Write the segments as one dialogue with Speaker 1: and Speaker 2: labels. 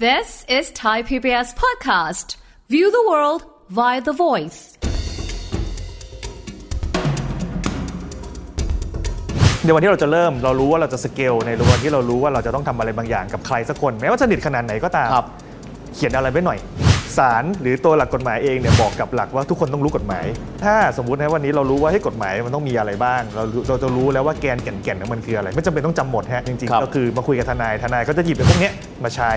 Speaker 1: This is Thai PBS Podcast. View the world via the voice.
Speaker 2: ในวันที่เราจะเริ่มเรารู้ว่าเราจะสเกลในวันที่เรารู้ว่าเราจะต้องทำอะไรบางอย่างกับใครสักคนแม้ว่าสนิทขนาดไหนก็ตาม
Speaker 3: ครับ
Speaker 2: เขียนอะไรไว้หน่อยศาลหรือตัวหลักกฎหมายเองเนี่ยบอกกับหลักว่าทุกคนต้องรู้กฎหมาย ถ้าสมมตินะวันนี้เรารู้ว่าให้ยกฎหมายมันต้องมีอะไรบ้าง เรารู้เราจะรู้แล้วว่าแกนแก่นแก่นของมันคืออะไร ไม่จำเป็นต้องจำหมดฮะจริง
Speaker 3: ครับ
Speaker 2: ๆก็คือมาคุยกับทนายทนายก็จะหยิบไอ้พวกเนี้ยมาใช้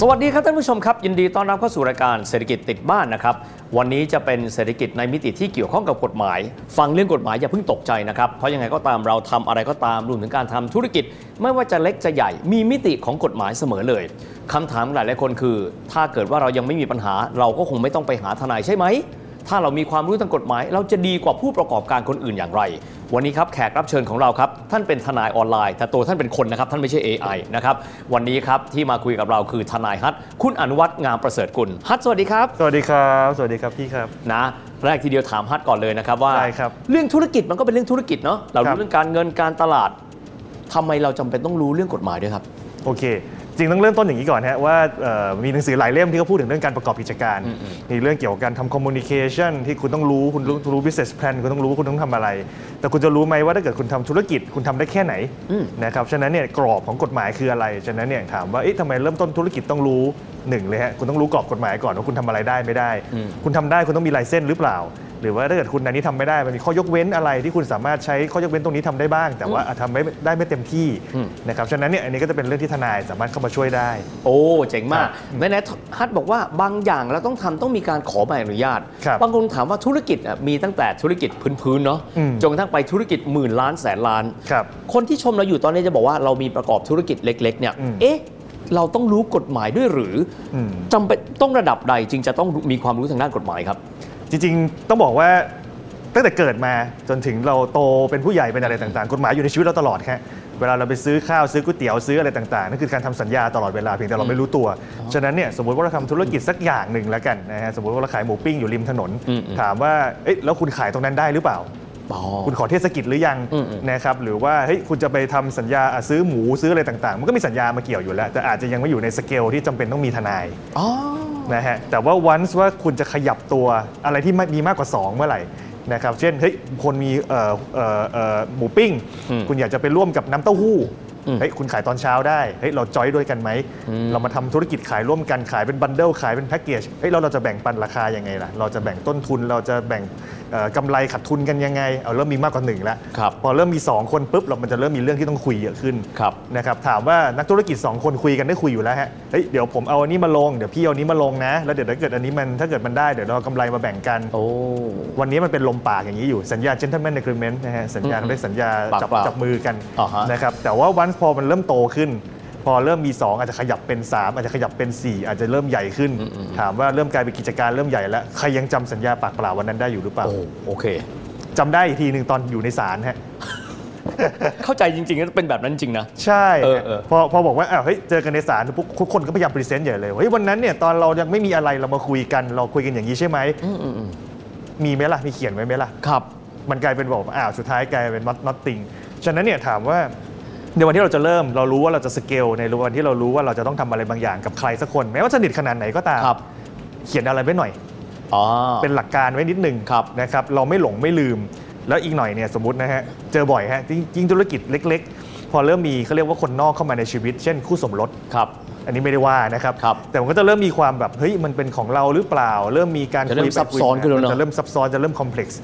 Speaker 3: สวัสดีครับท่านผู้ชมครับ ยินดีต้อนรับเข้าสู่รายการเศรษฐกิจติดบ้านนะครับ วันนี้จะเป็นเศรษฐกิจในมิติที่เกี่ยวข้องกับกฎหมาย ฟังเรื่องกฎหมายอย่าเพิ่งตกใจนะครับ เพราะยังไงก็ตามเราทำอะไรก็ตามรวมถึงการทำธุรกิจ ไม่ว่าจะเล็กจะใหญ่ มีมิติของกฎหมายเสมอเลยคำถามหลายหลายๆคนคือ ถ้าเกิดว่าเรายังไม่มีปัญหา เราก็คงไม่ต้องไปหาทนายใช่ไหม ถ้าเรามีความรู้ทางกฎหมาย เราจะดีกว่าผู้ประกอบการคนอื่นอย่างไร วันนี้ครับแขกรับเชิญของเราครับ ท่านเป็นทนายออนไลน์ แต่ตัวท่านเป็นคนนะครับ ท่านไม่ใช่ AI นะครับวันนี้ครับที่มาคุยกับเราคือทนายฮัทคุณอนุวัฒน์งามประเสริฐกุลฮัทสวัสดีครับ
Speaker 2: สวัสดีครับสวัสดีครับพี่ครับ
Speaker 3: นะแรกทีเดียวถามฮัทก่อนเลยนะครับว่า
Speaker 2: ได้ครับ
Speaker 3: เรื่องธุรกิจมันก็เป็นเรื่องธุรกิจเนาะเรา
Speaker 2: ครั
Speaker 3: รู้
Speaker 2: บ
Speaker 3: เรื่องการเงินการตลาดทำไมเราจำเป็นต้องรู้เรื่องกฎหมายด้วยครับ
Speaker 2: โอเค จริงต้องเริ่มต้นอย่างนี้ก่อนฮะว่าเอ่อมีหนังสือหลายเล่มที่เขาพูดถึงเรื่องการประกอบกิจการมีเรื่องเกี่ยวกับการทำ communication ที่คุณต้องรู้คุณรู้รู้ business plan คุณต้องรู้ว่าคุณต้องทำอะไร แต่คุณจะรู้ไหมว่าถ้าเกิดคุณทำธุรกิจคุณทำได้แค่ไหน
Speaker 3: อืม
Speaker 2: นะครับฉะนั้นเนี่ยกรอบของกฎหมายคืออะไร ฉะนั้นเนี่ยถามว่าเอ๊ะทำไมเริ่มต้นธุรกิจต้องรู้หนึ่งเลยฮะคุณต้องรู้กรอบกฎหมายก่อนว่าคุณทำอะไรได้ไม่ได้ คุณทำได้คุณต้องมีลายเส้นหรือเปล่า หรือว่าถ้าเกิดคุณอันนี้ทำไม่ได้มันมีข้อยกเว้นอะไรที่คุณสามารถใช้ข้อยกเว้นตรงนี้ทำได้บ้าง แต่ว่าอาจทำไม่ได้ไม่เต็มที่นะครับฉะนั้นเนี่ยอันนี้ก็จะเป็นเรื่องที่ทนายสามารถเข้ามาช่วยได้
Speaker 3: โอ้ เจ๋งมา
Speaker 2: ค
Speaker 3: ก
Speaker 2: รับ
Speaker 3: แม่แนทฮัทบอกว่าบางอย่างเราต้องทำต้องมีการขอใบอนุญาต
Speaker 2: ครับ
Speaker 3: บางคนถามว่าธุรกิจอ่ะมีตั้งแต่ธุรกิจพื้นๆเนาะ
Speaker 2: อืม
Speaker 3: จนกระทั่งไปธุรกิจหมื่นล้านแสนล้าน
Speaker 2: ครับ
Speaker 3: คนที่ชมเราอยู่ตอนนี้จะบอกว่าเรามีประกอบธุรกิจเล็ก ๆ เนี่ย
Speaker 2: อืม
Speaker 3: เอ๊ะ เราต้องรู้กฎหมายด้วยหรืออ
Speaker 2: ม
Speaker 3: จำเป็นต้องระดับใดจึงจะต้องมีความรู้ทางด้านกฎหมายครับ
Speaker 2: จริงๆ ต้องบอกว่าตั้งแต่เกิดมาจนถึงเราโตเป็นผู้ใหญ่เป็นอะไรต่างๆ กฎหมายอยู่ในชีวิตเราตลอดฮะเวลาเราไปซื้อข้าวซื้อก๋วยเตี๋ยวซื้ออะไรต่างๆนั่นคือการทำสัญญาตลอดเวลาเพียงแต่เราไม่รู้ตัว ฉะนั้นเนี่ยสมมติว่าเราทำธุรกิจสักอย่างหนึ่งแล้วกันนะฮะสมมติว่าเราขายหมูปิ้งอยู่ริมถนน
Speaker 3: อืมๆ
Speaker 2: ถามว่าเอ๊ะแล้วคุณขายตรงนั้นได้หรือเปล่า
Speaker 3: อ๋อ
Speaker 2: คุณขอเทศกิจหรือยัง
Speaker 3: อืมๆ
Speaker 2: นะครับหรือว่าเฮ้ยคุณจะไปทำสัญญาอ่ะซื้อหมูซื้ออะไรต่างๆ มันก็มีสัญญามาเกี่ยวอยู่แล้ว แต่อาจจะยังไม่อยู่ในสเกลที่จำเป็นต้องมีทนาย
Speaker 3: ๋อ
Speaker 2: นะฮะแต่ว่าวันว่าคุณจะขยับตัวอะไรที่ไม่มีมากกว่า 2 เมื่อไหร่นะครับเช่นเฮ้ยคนมีเอ่อเอ่อเอ่อหมูปิ้ง
Speaker 3: อืม
Speaker 2: คุณอยากจะไปร่วมกับน้ำเต้าหู้
Speaker 3: อืม
Speaker 2: เฮ้ยคุณขายตอนเช้าได้เฮ้ยเราจอยด้วยกันไหมเรามาทำธุรกิจขายร่วมกันขายเป็นบันเดิลขายเป็นแพ็กเกจเฮ้ยเราเราจะแบ่งปันราคายังไงล่ะเราจะแบ่งต้นทุนเราจะแบ่งเอ่อกำไรขาดทุนกันยังไงเอาเริ่มมีมากกว่าหนึ่งแล้ว
Speaker 3: ครับ
Speaker 2: พอเริ่มมี 2 คนปุ๊บเรามันจะเริ่มมีเรื่องที่ต้องคุยเยอะขึ้น
Speaker 3: ครับ
Speaker 2: นะครับถามว่านักธุรกิจ 2 คนคุยกันได้คุยอยู่แล้วฮะเฮ้ยเดี๋ยวผมเอาอันนี้มาลงเดี๋ยวพี่เอาอันนี้มาลงนะ แล้วเดี๋ยวถ้าเกิดอันนี้มันถ้าเกิดมันได้เดี๋ยวเราเอากำไรมาแบ่งกัน
Speaker 3: โอ้
Speaker 2: วันนี้มันเป็นลมปากอย่างนี้อยู่สัญญา gentleman agreement นะฮะสัญญาเขาเรียกสัญญา
Speaker 3: ปาก
Speaker 2: จับ
Speaker 3: เปล่า
Speaker 2: จับมือกัน
Speaker 3: อ่าฮะ
Speaker 2: นะครับแต่ว่าวันพอมันเริ่มโตขึ้น พอเริ่มมี 2 อาจจะขยับเป็น 3 อาจจะขยับเป็น 4 อาจจะเริ่มใหญ่ขึ้น ถามว่าเริ่มกลายเป็นกิจการเริ่มใหญ่แล้วใครยังจำสัญญาปากเปล่าวันนั้นได้อยู่หรือเปล่า
Speaker 3: โอ้โอเค
Speaker 2: จำได้อีกทีหนึ่งตอนอยู่ในศาลฮะ
Speaker 3: เข้าใจจริงๆนะเป็นแบบนั้นจริงนะ
Speaker 2: ใช่
Speaker 3: เออเออ
Speaker 2: พอพอบอกว่าอ้าวเฮ้ยเจอกันในศาลปุ๊บทุกคนก็พยายามพรีเซนต์ใหญ่เลยเฮ้ยวันนั้นเนี่ยตอนเรายังไม่มีอะไรเรามาคุยกันเราคุยกันอย่างนี้ใช่ไหมมีไหมล่ะ มีเขียนไว้ไหมล่ะ
Speaker 3: ครับ
Speaker 2: มันกลายเป็นบอกอ้าวสุดท้ายกลายเป็น not nothing ฉะนั้นเนี่ยถามว่าในวันที่เราจะเริ่มเรารู้ว่าเราจะสเกลในวันที่เรารู้ว่าเราจะต้องทำอะไรบางอย่างกับใครสักคนแม้ว่าสนิทขนาดไหนก็ตาม
Speaker 3: ครับ
Speaker 2: เขียนอะไรไว้หน่อย
Speaker 3: อ๋อ
Speaker 2: เป็นหลักการไว้นิดหนึ่ง
Speaker 3: ครับ
Speaker 2: นะครับเราไม่หลงไม่ลืม แล้วอีกหน่อยเนี่ยสมมตินะฮะเจอบ่อยฮะยิ่งยิ่งธุรกิจเล็ก ๆ พอเริ่มมีเขาเรียกว่าคนนอกเข้ามาในชีวิต เช่นคู่สมรส
Speaker 3: ครับ
Speaker 2: อันนี้ไม่ได้ว่านะครับ
Speaker 3: ครับ
Speaker 2: แต่มันก็จะเริ่มมีความแบบเฮ้ยมันเป็นของเราหรือเปล่า เริ่มมีการ
Speaker 3: จะเริ่ม
Speaker 2: คุยไป
Speaker 3: ซับซ้อนขึ้นแล้วเนอะ
Speaker 2: จะเริ่มซับซ้อนจะเริ่มคอมเพล็กซ์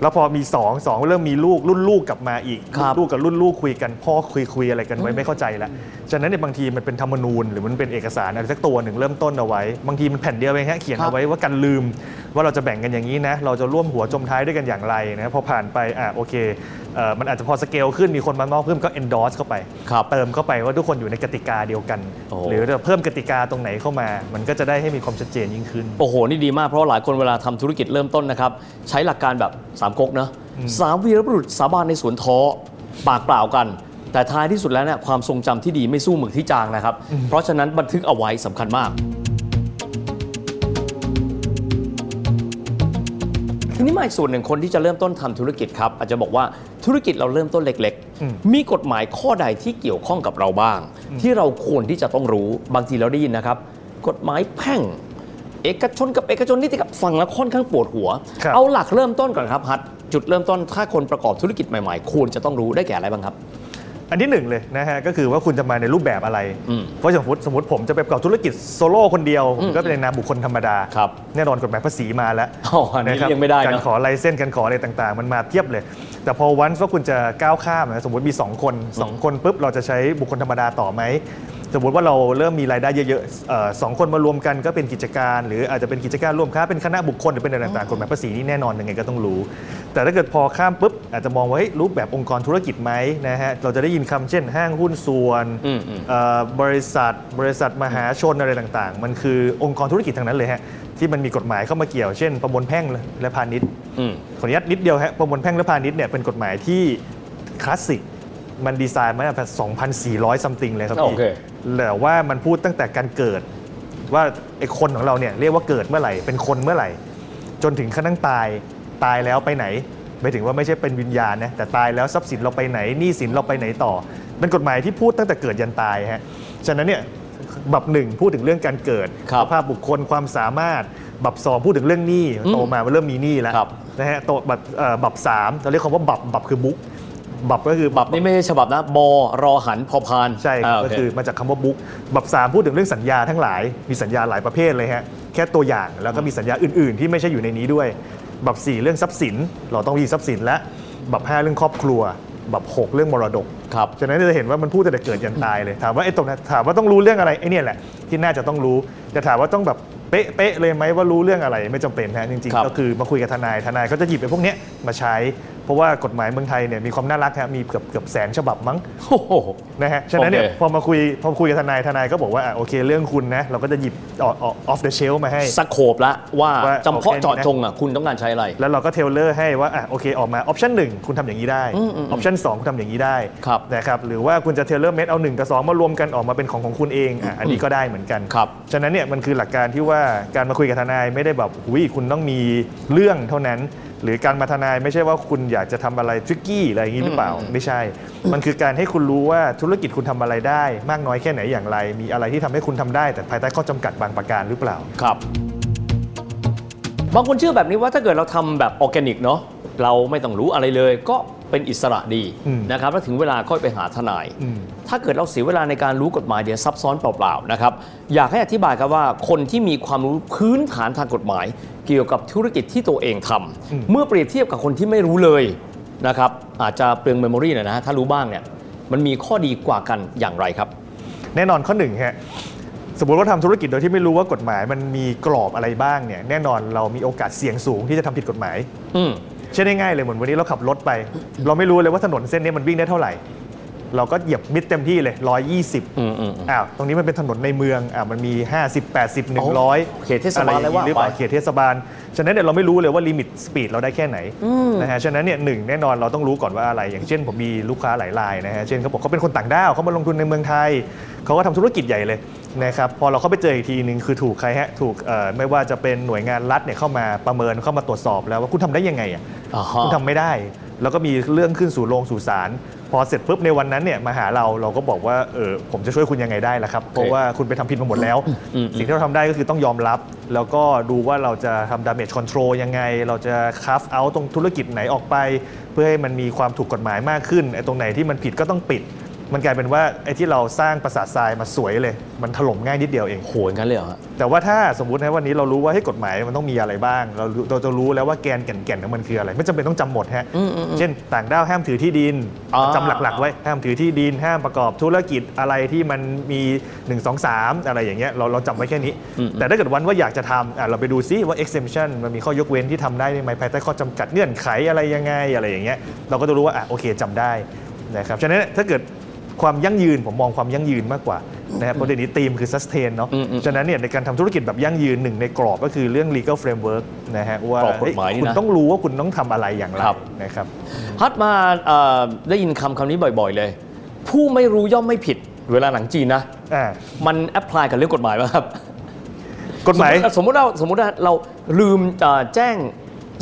Speaker 2: แล้วพอมีสองสองเริ่มมีลูกรุ่นลูกกลับมาอีก
Speaker 3: ครับ
Speaker 2: ลูกกับรุ่นลูกคุยกันพ่อคุยคุยอะไรกันไว้ไม่เข้าใจละฉะนั้นในยบางทีมันเป็นธรรมนูญหรือมันเป็นเอกสารอะไรสักตัวหนึ่งเริ่มต้นเอาไว้บางทีมันแผ่นเดียวเองฮะเขียนเอาไว้ว่ากันลืม ว่าเราจะแบ่งกันอย่างนี้นะเราจะร่วมหัวจมท้ายด้วยกันอย่างไรนะพอผ่านไปอ่ะโอเคเอ่อมันอาจจะพอสเกลขึ้นมีคนมางอกเพิ่มก็ endorse เข้าไป
Speaker 3: ครับ
Speaker 2: เติมเข้าไปว่าทุกคนอยู่ในกติกาเดียวกัน
Speaker 3: โอ้
Speaker 2: หรือเราเพิ่มกติกาตรงไหนเข้ามา มันก็จะได้ให้มีความชัดเจนยิ่งขึ้น
Speaker 3: โอ้โห นี่ดีมากเพราะหลายคนเวลาทำธุรกิจเริ่มต้นนะครับ ใช้หลักการแบบสามก๊กนะสามวีรบุรุษสาบานในสวนท้อปากเปล่ากัน แต่ท้ายที่สุดแล้วเนี่ยความทรงจำที่ดีไม่สู้หมึกที่จางนะครับ เพราะฉะนั้นบันทึกเอาไว้สำคัญมาก ทีนี้มาอีกส่วนหนึ่งคนที่จะเริ่มต้นทำธุรกิจครับ อาจจะบอกว่าธุรกิจเราเริ่มต้นเล็ก ๆ มีกฎหมายข้อใดที่เกี่ยวข้องกับเราบ้าง ที่เราควรที่จะต้องรู้บางทีเราได้ยินนะครับ กฎหมายแพ่ง เอกชนกับเอกชนนี่ติกับฟังแล้วค่อนข้างปวดหัว
Speaker 2: ครับ
Speaker 3: เอาหลักเริ่มต้นก่อนครับฮัทจุดเริ่มต้นถ้าคนประกอบธุรกิจใหม่ๆ ควรจะต้องรู้ได้แก่อะไรบ้างครับ
Speaker 2: อันที่หนึ่งเลยนะฮะก็คือว่าคุณจะมาในรูปแบบอะไร
Speaker 3: อืม
Speaker 2: เพราะสมมติสมมติผมจะไปประกอบธุรกิจโซโล่คนเดียวผมก็เป็นในนามบุคคลธรรมดา
Speaker 3: ครับ
Speaker 2: แน่นอนกฎหมายภาษีมาแล้ว
Speaker 3: อ๋ออันนี้
Speaker 2: นะครับ
Speaker 3: เลี่ยงไม่ได้นะ
Speaker 2: การขอไลเส้นการขออะไรต่างๆ มันมาเพียบเลย แต่พอวันว่าคุณจะก้าวข้ามนะสมมติมี 2 คน 2 คนปุ๊บเราจะใช้บุคคลธรรมดาต่อไหมสมมติว่าเราเริ่มมีรายได้เยอะๆเอ่อสองคนมารวมกันก็เป็นกิจการ หรืออาจจะเป็นกิจการร่วมค้าเป็นคณะบุคคลหรือเป็นอะไรต่างๆกฎหมายภาษีนี่แน่นอนยังไงก็ต้องรู้ แต่ถ้าเกิดพอข้ามปุ๊บอาจจะมองว่าเฮ้ยรูปแบบองค์กรธุรกิจไหมนะฮะเราจะได้ยินคำเช่นห้างหุ้นส่วน
Speaker 3: อืมอืม
Speaker 2: เอ่อบริษัทบริษัทมหาชนอะไรต่างๆ มันคือองค์กรธุรกิจทางนั้นเลยฮะที่มันมีกฎหมายเข้ามาเกี่ยวเช่น ประมวลแพ่งและพาณิชย์
Speaker 3: อืม
Speaker 2: ขออนุญาตนิดเดียวฮะประมวลแพ่งและพาณิชย์เนี่ยเป็นกฎหมายที่คลาสสิกมันดีไซน์มาตั้งแต่2,400ซัมติงเลยครับพี่
Speaker 3: โอเค
Speaker 2: แต่ว่ามันพูดตั้งแต่การเกิด ว่าไอ้คนของเราเนี่ยเรียกว่าเกิดเมื่อไหร่เป็นคนเมื่อไหร่ จนถึงขั้นตั้งตายตายแล้วไปไหนหมายถึงว่าไม่ใช่เป็นวิญญาณนะแต่ตายแล้วทรัพย์สินเราไปไหนหนี้สินเราไปไหนต่อเป็นกฎหมายที่พูดตั้งแต่เกิดยันตายฮะฉะนั้นเนี่ยบับหนึ่งพูดถึงเรื่องการเกิด
Speaker 3: ครับ
Speaker 2: สภาพบุคคลความสามารถ บับสองพูดถึงเรื่องหนี้โตมามันเริ่มมีหนี้แล้ว
Speaker 3: ครับ
Speaker 2: นะฮะโตบับเอ่อบับสามเราเรียกคำว่าบับบับคือบุ๊กบับก็คือ
Speaker 3: บับนี่ไม่ใช่ฉบับนะบอรอหันพอพาน
Speaker 2: ใช่ครับ
Speaker 3: าโ
Speaker 2: ก็คือมาจากคำว่าบุ๊กบับสามพูดถึงเรื่องสัญญาทั้งหลาย มีสัญญาหลายประเภทเลยฮะ แค่ตัวอย่างแล้วก็มีสัญญาอื่น ๆ ที่ไม่ใช่อยู่ในนี้ด้วย บับสี่เรื่องทรัพย์สิน เราต้องมีทรัพย์สินและบับห้าเรื่องครอบครัว บับหกเรื่องมรดก
Speaker 3: ครับ
Speaker 2: ฉะนั้นจะเห็นว่ามันพูดแต่เกิดยันตายเลยถามว่าไอ้ตรงนั้นถามว่าต้องรู้เรื่องอะไรไอ้เนี่ยแหละที่น่าจะต้องรู้แต่ถามว่าต้องแบบเป๊ะเป๊ะเลยไหมว่ารู้เรื่องอะไรไม่จำเป็นฮะจริง
Speaker 3: ครับ
Speaker 2: ๆ ก็คือมาคุยกับทนายทนายเขาจะหยิบไอ้พวกเนี้ยมาใช้ เพราะว่ากฎหมายเมืองไทยเนี่ยมีความน่ารักฮะมีเกือบเกือบแสนฉบับมั้ง
Speaker 3: โอ้โห
Speaker 2: นะฮะ ฉะนั้นเนี่ย
Speaker 3: โอเค
Speaker 2: พอมาคุยพอคุยกับทนายทนายก็บอกว่าอ่ะโอเคเรื่องคุณนะ เราก็จะหยิบออออฟเดอะเชลมาให้
Speaker 3: สโคบละว่า
Speaker 2: ว่า
Speaker 3: จำเพาะ
Speaker 2: โอเค
Speaker 3: เจาะจงอ่ะคุณต้องการใช้อะไร
Speaker 2: แล้วเราก็เทเลอร์ให้ว่าอ่ะโอเคออกมาออปชันหนึ่งคุณทำอย่างนี้ได้ออปชันสองคุณทำอย่างนี้ได้
Speaker 3: ครับ
Speaker 2: นะครับหรือว่าคุณจะเทเลอร์เมดเอาหนึ่งกับสองมารวมกันออกมาเป็นของของคุณเองอ่ะอันนี้ก็ได้เหมือนกัน
Speaker 3: ครับ
Speaker 2: ฉะนั้นเนี่ยมันคือหลักการที่ว่าการมาคุยกับทนายไม่ได้แบบหุยคุณต้องมีเรื่องเท่านั้น หรือการมาทนายไม่ใช่ว่าคุณอยากจะทำอะไรทริกกี้อะไรอย่างนี้หรือเปล่าไม่ใช่ มันคือการให้คุณรู้ว่าธุรกิจคุณทำอะไรได้ มากน้อยแค่ไหนอย่างไร มีอะไรที่ทำให้คุณทำได้ แต่ภายใต้ข้อจำกัดบางประการหรือเปล่า
Speaker 3: ครับ บางคนเชื่อแบบนี้ว่าถ้าเกิดเราทำแบบออร์แกนิกเนาะเราไม่ต้องรู้อะไรเลย ก็เป็นอิสระดี
Speaker 2: อืม
Speaker 3: นะครับแล้วถึงเวลาค่อยไปหาทนาย
Speaker 2: อืม
Speaker 3: ถ้าเกิดเราเสียเวลาในการรู้กฎหมายเดี๋ยวซับซ้อนเปล่าๆนะครับอยากให้อธิบายครับว่าคนที่มีความรู้พื้นฐานทางกฎหมาย เกี่ยวกับธุรกิจที่ตัวเองทำเมื่อเปรียบเทียบกับคนที่ไม่รู้เลยนะครับอาจจะเปลืองเมมโมรีหน่อยนะฮะถ้ารู้บ้างเนี่ยมันมีข้อดีกว่ากันอย่างไรครับ
Speaker 2: แน่นอนข้อหนึ่งฮะสมมติว่าทำธุรกิจโดยที่ไม่รู้ว่ากฎหมายมันมีกรอบอะไรบ้างเนี่ยแน่นอนเรามีโอกาสเสี่ยงสูงที่จะทำผิดกฎหมาย
Speaker 3: อืม
Speaker 2: เช่นง่ายๆเลยเหมือนวันนี้เราขับรถไป เราไม่รู้เลยว่าถนนเส้นนี้มันวิ่งได้เท่าไหร่ เราก็เหยียบมิดเต็มที่เลย 120
Speaker 3: อืมอืมอืม
Speaker 2: อ้าวตรงนี้มันเป็นถนนในเมืองอ่ามันมี 50 80 100
Speaker 3: เขตเทศบาล
Speaker 2: อะไรอย่างนี้หรือเปล่า
Speaker 3: เลยว่าไป
Speaker 2: เขตเทศบาลฉะนั้นเนี่ยเราไม่รู้เลยว่าลิมิตสปีดเราได้แค่ไหนนะฮะฉะนั้นเนี่ยหนึ่งแน่นอนเราต้องรู้ก่อนว่าอะไร อย่างเช่นผมมีลูกค้าหลายรายนะฮะเช่นเขาบอกเขาเป็นคนต่างด้าวเขามาลงทุนในเมืองไทยเขาก็ทำธุรกิจใหญ่เลยนะครับพอเราเข้าไปเจออีกทีหนึ่งคือถูกใครฮะถูกเอ่อไม่ว่าจะเป็นหน่วยงานรัฐเนี่ยเข้ามาประเมินเข้ามาตรวจสอบแล้วว่าคุณทำได้ยังไงอ่ะ
Speaker 3: อ่าฮะ
Speaker 2: คุณทำไม่ได้ แล้วก็มีเรื่องขึ้นสู่โรงสู่ศาล พอเสร็จปุ๊บในวันนั้นเนี่ยมาหาเราเราก็บอกว่า เออผมจะช่วยคุณยังไงได้ล่ะครับ เพราะว่าคุณไปทำผิดมาหมดแล้ว สิ่งที่เราทำได้ก็คือต้องยอมรับ แล้วก็ดูว่าเราจะทำ damage control ยังไง เราจะ carve out ตรงธุรกิจไหนออกไป เพื่อให้มันมีความถูกกฎหมายมากขึ้นไอ้ตรงไหนที่มันผิดก็ต้องปิด มันกลายเป็นว่าไอ้ที่เราสร้างปราสาททรายมาสวยเลย มันถล่มง่ายนิดเดียวเอง
Speaker 3: โหอย่างนั้นเลยเหรอฮะ
Speaker 2: แต่ว่าถ้าสมมตินะวันนี้เรารู้ว่าให้ยกฎหมายมันต้องมีอะไรบ้าง เรารู้เราจะรู้แล้วว่าแกนแก่นแก่นของมันคืออะไร ไม่จำเป็นต้องจำหมดฮะเช่น ต่างด้าวห้ามถือที่ดิน
Speaker 3: อ่า
Speaker 2: จำหลักๆไว้ห้ามถือที่ดิน ห้ามประกอบธุรกิจอะไรที่มันมี 1 2 3 อะไรอย่างเงี้ยเราเราจำไว้แค่นี้ แต่ถ้าเกิดวันว่าอยากจะทำอ่ะเราไปดูซิว่า exemption มันมีข้อยกเว้นที่ทำได้ไหมภายใต้ข้อจำกัดเงื่อนไขอะไรยังไงอะไรอย่างเงี้ยเราก็จะรู้ว่าอ่ะโอเคจำได้นะครับฉะนั้นถ้าเกิด ความยั่งยืนผมมองความยั่งยืนมากกว่านะครับเพราะเดี๋ยวนี้ธีมคือ sustain เนาะฉะนั้นเนี่ยในการทำธุรกิจแบบยั่งยืนหนึ่งในกรอบก็คือเรื่อง legal framework นะฮะว่าก
Speaker 3: รอบกฎหมายนี่
Speaker 2: เอ้
Speaker 3: นะ
Speaker 2: คุณต้องรู้ว่าคุณต้องทำอะไรอย่างไร
Speaker 3: ครับ
Speaker 2: นะครับ
Speaker 3: ฮัทมาเอ่อได้ยินคำคำนี้บ่อยๆเลย ผู้ไม่รู้ย่อมไม่ผิดเวลาหนังจีนนะ
Speaker 2: อ่า
Speaker 3: มันแอพพลายกับเรื่องกฎหมายป่ะครับ
Speaker 2: กฎหมาย
Speaker 3: สมมติเราสมมติว่าเราลืมเอ่อแจ้ง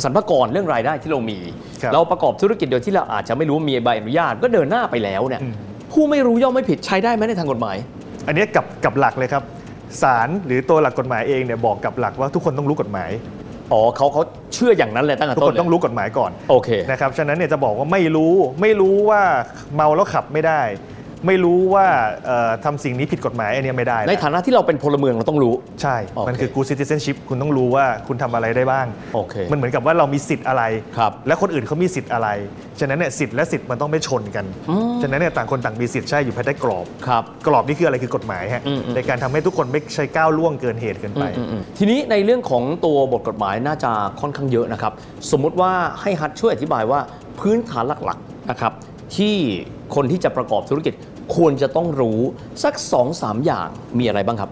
Speaker 3: สรรพากรเรื่องรายได้ที่เรามี
Speaker 2: ครับ
Speaker 3: เราประกอบธุรกิจโดยที่เราอาจจะไม่รู้ว่ามีใบอนุญาตก็เดินหน้าไปแล้วเนี่ย
Speaker 2: อืม
Speaker 3: ผู้ไม่รู้ย่อมไม่ผิดใช้ได้ไหมในทางกฎหมาย
Speaker 2: อันเนี้ยกับกับหลักเลยครับศาลหรือตัวหลักกฎหมายเองเนี่ยบอกกับหลักว่าทุกคนต้องรู้กฎหมาย
Speaker 3: อ๋อเขาเขาเชื่ออย่างนั้นเลยตั้งแต่
Speaker 2: ทุก
Speaker 3: ต้
Speaker 2: คน น
Speaker 3: เลย
Speaker 2: ต้องรู้กฎหมายก่อน
Speaker 3: โอเค
Speaker 2: นะครับ ฉะนั้นเนี่ยจะบอกว่าไม่รู้ ไม่รู้ว่าเมาแล้วขับไม่ได้ ไม่รู้ว่าเอ่อทำสิ่งนี้ผิดกฎหมายอันเนี้ยไม่ได้
Speaker 3: ใน
Speaker 2: แล้ว
Speaker 3: ฐานะที่เราเป็นพลเมืองเราต้องรู้
Speaker 2: ใช่
Speaker 3: โอเค
Speaker 2: มันคือ good citizenship คุณต้องรู้ว่าคุณทำอะไรได้บ้าง
Speaker 3: โอเค
Speaker 2: มันเหมือนกับว่าเรามีสิทธิ์อะไร
Speaker 3: ครับ
Speaker 2: และคนอื่นเขามีสิทธิ์อะไร ฉะนั้นเนี่ยสิทธิ์และสิทธิ์มันต้องไม่ชนกัน
Speaker 3: อืม
Speaker 2: ฉะนั้นเนี่ยต่างคนต่างมีสิทธิ์ใช่อยู่ภายใต้กรอบ
Speaker 3: ครับ
Speaker 2: กรอบนี่คืออะไรคือกฎหมายฮะ
Speaker 3: อืมอืม
Speaker 2: ในการทำให้ทุกคนไม่ใช้ก้าวล่วงเกินเหตุเกินไป
Speaker 3: อืมทีนี้ในเรื่องของตัวบทกฎหมายน่าจะค่อนข้างเยอะนะครับ สมมุติว่าให้ฮัทช่วยอธิบายว่าพื้นฐานหลักๆนะครับที่คนที่จะประกอบธุรกิจควรจะต้องรู้สัก2อสามอย่างมีอะไรบ้างครับ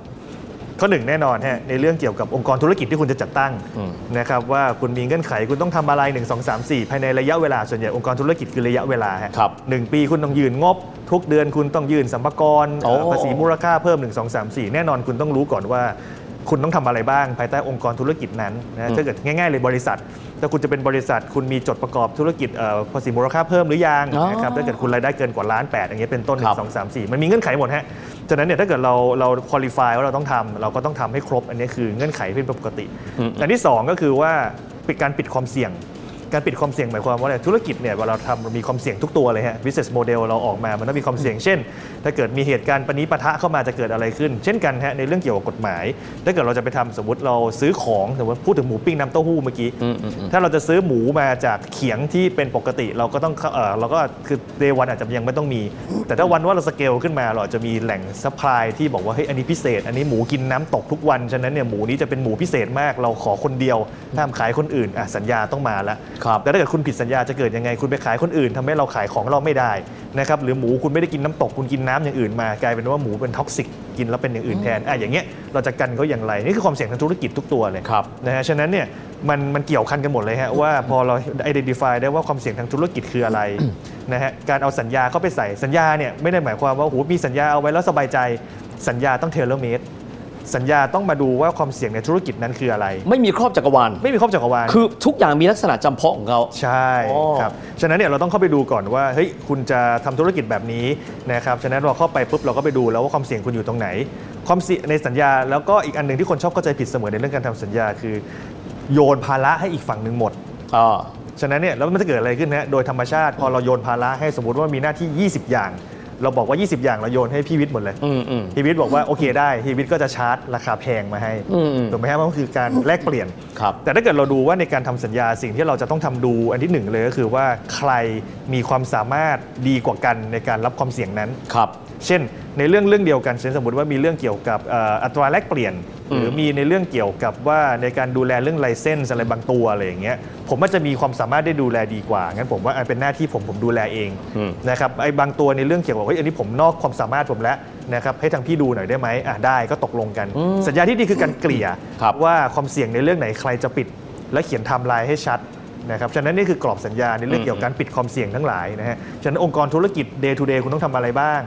Speaker 2: ข้อหนึ่งแน่นอนฮะในเรื่องเกี่ยวกับองค์กรธุรกิจที่คุณจะจัดตั้ง
Speaker 3: อืม
Speaker 2: นะครับว่าคุณมีเงื่อนไขคุณต้องทำอะไร 1 2 3 4 ภายในระยะเวลาส่วนใหญ่องค์กรธุรกิจคือระยะเวลาฮะ
Speaker 3: ครับ
Speaker 2: หนึ่งปีคุณต้องยืนงบ ทุกเดือนคุณต้องยืนสัมภาระ
Speaker 3: โอ้
Speaker 2: ภาษีมูลค่าเพิ่ม 1 2 3 4 แน่นอนคุณต้องรู้ก่อนว่า คุณต้องทำอะไรบ้างภายใต้องค์กรธุรกิจนั้นนะถ้าเกิดง่ายๆเลยบริษัทถ้าคุณจะเป็นบริษัท คุณมีจดประกอบธุรกิจเอ่อภาษีมูลค่าเพิ่มหรือยังนะครับถ้าเกิดคุณรายได้เกินกว่าล้านแปดอย่างเงี้ยเป็นต้น
Speaker 3: ครับ
Speaker 2: 1 2 3 4 มันมีเงื่อนไขหมดฮะ ฉะนั้นเนี่ยถ้าเกิดเราเราคุริฟายว่าเราต้องทำเราก็ต้องทำให้ครบ อันนี้คือเงื่อนไขเป็นปกติ อันที่ 2 ก็คือว่าปิดการปิดความเสี่ยง การปิดความเสี่ยงหมายความว่าอะไรธุรกิจเนี่ยเวลาเราทำเรามีความเสี่ยงทุกตัวเลยฮะ business model เราออกมามันต้องมีความเสี่ยง เช่น ถ้าเกิดมีเหตุการณ์ปะนิปะทะเข้ามาจะเกิดอะไรขึ้น เช่นกันฮะในเรื่องเกี่ยวกับกฎหมาย ถ้าเกิดเราจะไปทำสมมติเราซื้อของสมมติพูดถึงหมูปิ้งน้ำเต้าหู้เมื่อกี้ ถ้าเราจะซื้อหมูมาจากเขียงที่เป็นปกติเราก็ต้องเข้าเออเราก็คือเดวันอาจจะยังไม่ต้องมี แต่ถ้าวันว่าเราสเกลขึ้นมาเราอาจจะมีแหล่งซัพพลายที่บอกว่าเฮ้ยอันนี้พิเศษ อันนี้หมูกินน้ำตกทุกวันฉะนั้นเนี่ยหมูนี้จะเป็นหมูพิเศษมาก เราขอคนเดียวห้ามขายคนอื่นอ่ะสัญญาต้องมาละ
Speaker 3: ครับ
Speaker 2: แต่ถ้าเกิดคุณผิดสัญญาจะเกิดยังไงคุณไปขายคนอื่นทำให้เราขายของเราไม่ได้นะครับหรือหมูคุณไม่ได้กินน้ำตกคุณกินน้ำอย่างอื่นมากลายเป็นว่าหมูเป็นท็อกซิกกินแล้วเป็นอย่างอื่นแทนอ่ะอย่างเงี้ยเราจะกันเขาอย่างไรนี่คือความเสี่ยงทางธุรกิจทุกตัวเลย
Speaker 3: ครับ
Speaker 2: นะฮะฉะนั้นเนี่ยมันมันเกี่ยวพันกันหมดเลยฮะว่าพอเรา identify ได้ว่าความเสี่ยงทางธุรกิจคืออะไร นะฮะการเอาสัญญาเข้าไปใส่สัญญาเนี่ยไม่ได้หมายความว่าโอ้โหมีสัญญาเอาไว้แล้วสบายใจ สัญญาต้องเทเลเมตสัญญาต้องมาดูว่าความเสี่ยงในธุรกิจนั้นคืออะไร
Speaker 3: ไม่มีครอบจักรวาล
Speaker 2: ไม่มีครอบจักรวาล
Speaker 3: คือทุกอย่างมีลักษณะจำเพาะของเขา
Speaker 2: ใช่
Speaker 3: อ๋อ
Speaker 2: ครับ ฉะนั้นเนี่ยเราต้องเข้าไปดูก่อนว่าเฮ้ยคุณจะทำธุรกิจแบบนี้นะครับ ฉะนั้นเราเข้าไปปุ๊บเราก็ไปดูแล้วว่าความเสี่ยงคุณอยู่ตรงไหน ความเสี่ยงในสัญญาแล้วก็อีกอันหนึ่งที่คนชอบเข้าใจผิดเสมอในเรื่องการทำสัญญาคือ โยนภาระให้อีกฝั่งหนึ่งหมด
Speaker 3: ่า
Speaker 2: ฉะนั้นเนี่ยแล้วมันจะเกิดอะไรขึ้นนะฮะโดยธรรมชาติ พอเราโยนภาระให้สมมติว่ามีหน้าที่ 20 อย่าง เราบอกว่า 20 อย่างเราโยนให้พี่วิทย์หมดเลย
Speaker 3: อืมอืม
Speaker 2: พี่วิทย์บอกว่าโอเคได้พี่วิทย์ก็จะชาร์จราคาแพงมาให้
Speaker 3: อืมอืม
Speaker 2: ถูกไหมฮะมันก็คือการแลกเปลี่ยน
Speaker 3: ครับ
Speaker 2: แต่ถ้าเกิดเราดูว่าในการทำสัญญาสิ่งที่เราจะต้องทำดูอันที่หนึ่งเลยก็คือว่าใครมีความสามารถดีกว่ากันในการรับความเสี่ยงนั้น
Speaker 3: ครับ
Speaker 2: เช่น ในเรื่องเรื่องเดียวกันเช่นสมมติว่ามีเรื่องเกี่ยวกับเอ่ออัตราแลกเปลี่ยน หรือมีในเรื่องเกี่ยวกับว่าในการดูแลเรื่องไลเซนส์อะไรบางตัวอะไรอย่างเงี้ยผมอาจจะมีความสามารถได้ดูแลดีกว่างั้นผมว่าอันเป็นหน้าที่ผมผมดูแลเอง
Speaker 3: อืม
Speaker 2: นะครับไอ้บางตัวในเรื่องเกี่ยวกับว่าเฮ้ยอันนี้ผมนอกความสามารถผมแล้วนะครับให้ทางพี่ดูหน่อยได้ไหมอ่ะได้ก็ตกลงกัน สัญญาที่ดีคือการเกลี่ย
Speaker 3: ครับ
Speaker 2: ว่าความเสี่ยงในเรื่องไหนใครจะปิด และเขียนไทม์ไลน์ให้ชัดนะครับฉะนั้นนี่คือกรอบสัญญาในเรื่องเกี่ยวกับการปิดความเสี่ยงทั้งหลายนะฮะฉะนั้นองค์กรธุรกิจ day to day คุณต้องทำอะไรบ้าง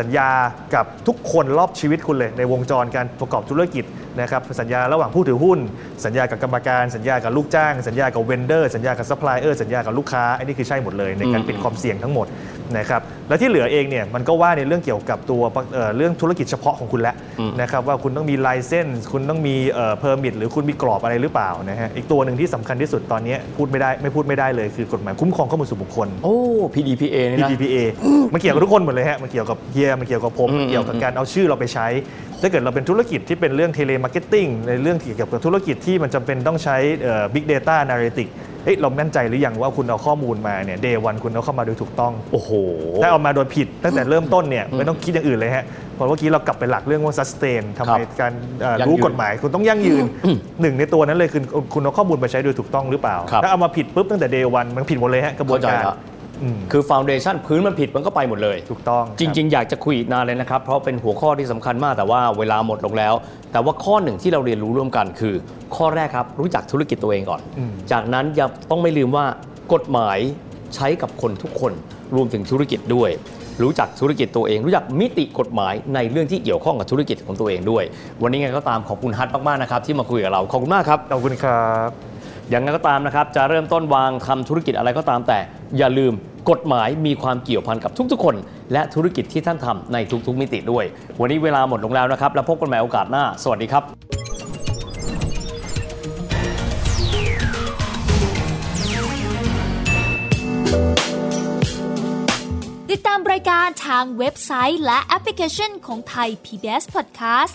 Speaker 2: สัญญากับทุกคนรอบชีวิตคุณเลย ในวงจรการประกอบธุรกิจนะครับสัญญาระหว่างผู้ถือหุ้น สัญญากับกรรมการสัญญากับลูกจ้าง สัญญากับเวนเดอร์สัญญากับซัพพลายเออร์สัญญากับลูกค้าอันนี้คือใช่หมดเลยในการปิดความเสี่ยงทั้งหมดนะครับและที่เหลือเองเนี่ยมันก็ว่าในเรื่องเกี่ยวกับตัวเอ่อเรื่องธุรกิจเฉพาะของคุณแล้วนะครับว่าคุณต้องมีไลเซนส์คุณต้องมีเพอร์มิทหรือคุณมีกรอบอะไรหรือเปล่านะฮะอีกตัวหนึ่งที่สำคัญที่สุดตอนนี้พูดไม่ได้ไม่พูดไม่ได้เลยคือกฎหมายคุ้มครองข้อมูลส่วนบุคคล
Speaker 3: โอ้ PDPA นี่นะ
Speaker 2: PDPA มันเกี่ยวกับทุกคนหมดเลยฮะ มันเกี่ยวกับเฮีย มันเกี่ยวกับผม มันเกี่ยวกับการเอาชื่อเราไปใช้ ถ้าเกิดเราเป็นธุรกิจที่เป็นเรื่องเทเลมาร์เก็ตติ้ง ในเรื่องเกี่ยวกับธุรกิจที่มันจำเป็นต้องใช้บิ๊กเดต้า a นาริติกเฮ้ยเราแน่นใจหรือยังว่าคุณเอาข้อมูลมาเนี่ยเดวันคุณเอาเข้ามาโดยถูกต้อง
Speaker 3: โอ้โห
Speaker 2: ถ้าเอามาโดยผิดตั้งแต่เริ่มต้นเนี่ยไม่ต้องคิดอย่างอื่นเลยฮะเพราะเมื่อกี้เรากลับไปหลักเรื่องว่า sustain ทำไม
Speaker 3: ครับ
Speaker 2: การเอ่อ
Speaker 3: ยั่งยืน
Speaker 2: รู้กฎหมายคุณต้องยั่งยืนหนึ่งในตัวนั้นเลยคือคุณคุณเอาข้อมูลไปใช้โดยถูกต้องหรือเปล่า
Speaker 3: ครับ
Speaker 2: ถ้าเอามาผิดปุ๊บตั้งแต่ day one มันผิดหมดเลยฮะกระบวนการ
Speaker 3: เข้าใจละ
Speaker 2: อืม
Speaker 3: คือฟาวเดชันพื้นมันผิดมันก็ไปหมดเลย
Speaker 2: ถูกต้อง
Speaker 3: จ
Speaker 2: คบ
Speaker 3: ริง ๆ อยากจะคุยอีกนานเลยนะครับ เพราะเป็นหัวข้อที่สำคัญมากแต่ว่าเวลาหมดลงแล้ว แต่ว่าข้อหนึ่งที่เราเรียนรู้ร่วมกันคือ ข้อแรกครับรู้จักธุรกิจตัวเองก่อน
Speaker 2: อืม
Speaker 3: จากนั้นอย่าต้องไม่ลืมว่ากฎหมายใช้กับคนทุกคนรวมถึงธุรกิจด้วย รู้จักธุรกิจตัวเอง รู้จักมิติกฎหมายในเรื่องที่เกี่ยวข้องกับธุรกิจของตัวเองด้วย วันนี้ไงก็ตามขอบคุณฮัทมากๆนะครับที่มาคุยกับเราขอบคุณมากครับ
Speaker 2: ขอบคุณครับ
Speaker 3: อย่างนั้นก็ตามนะครับ จะเริ่มต้นวางทำธุรกิจอะไรก็ตามแต่ อย่าลืมกฎหมายมีความเกี่ยวพันกับทุกๆ คน และธุรกิจที่ท่านทำในทุกๆ มิติด้วย วันนี้เวลาหมดลงแล้วนะครับ แล้วพบกันใหม่โอกาสหน้า สวัสดีครับ
Speaker 4: ติดตามรายการทางเว็บไซต์และแอปพลิเคชันของไทย PBS Podcast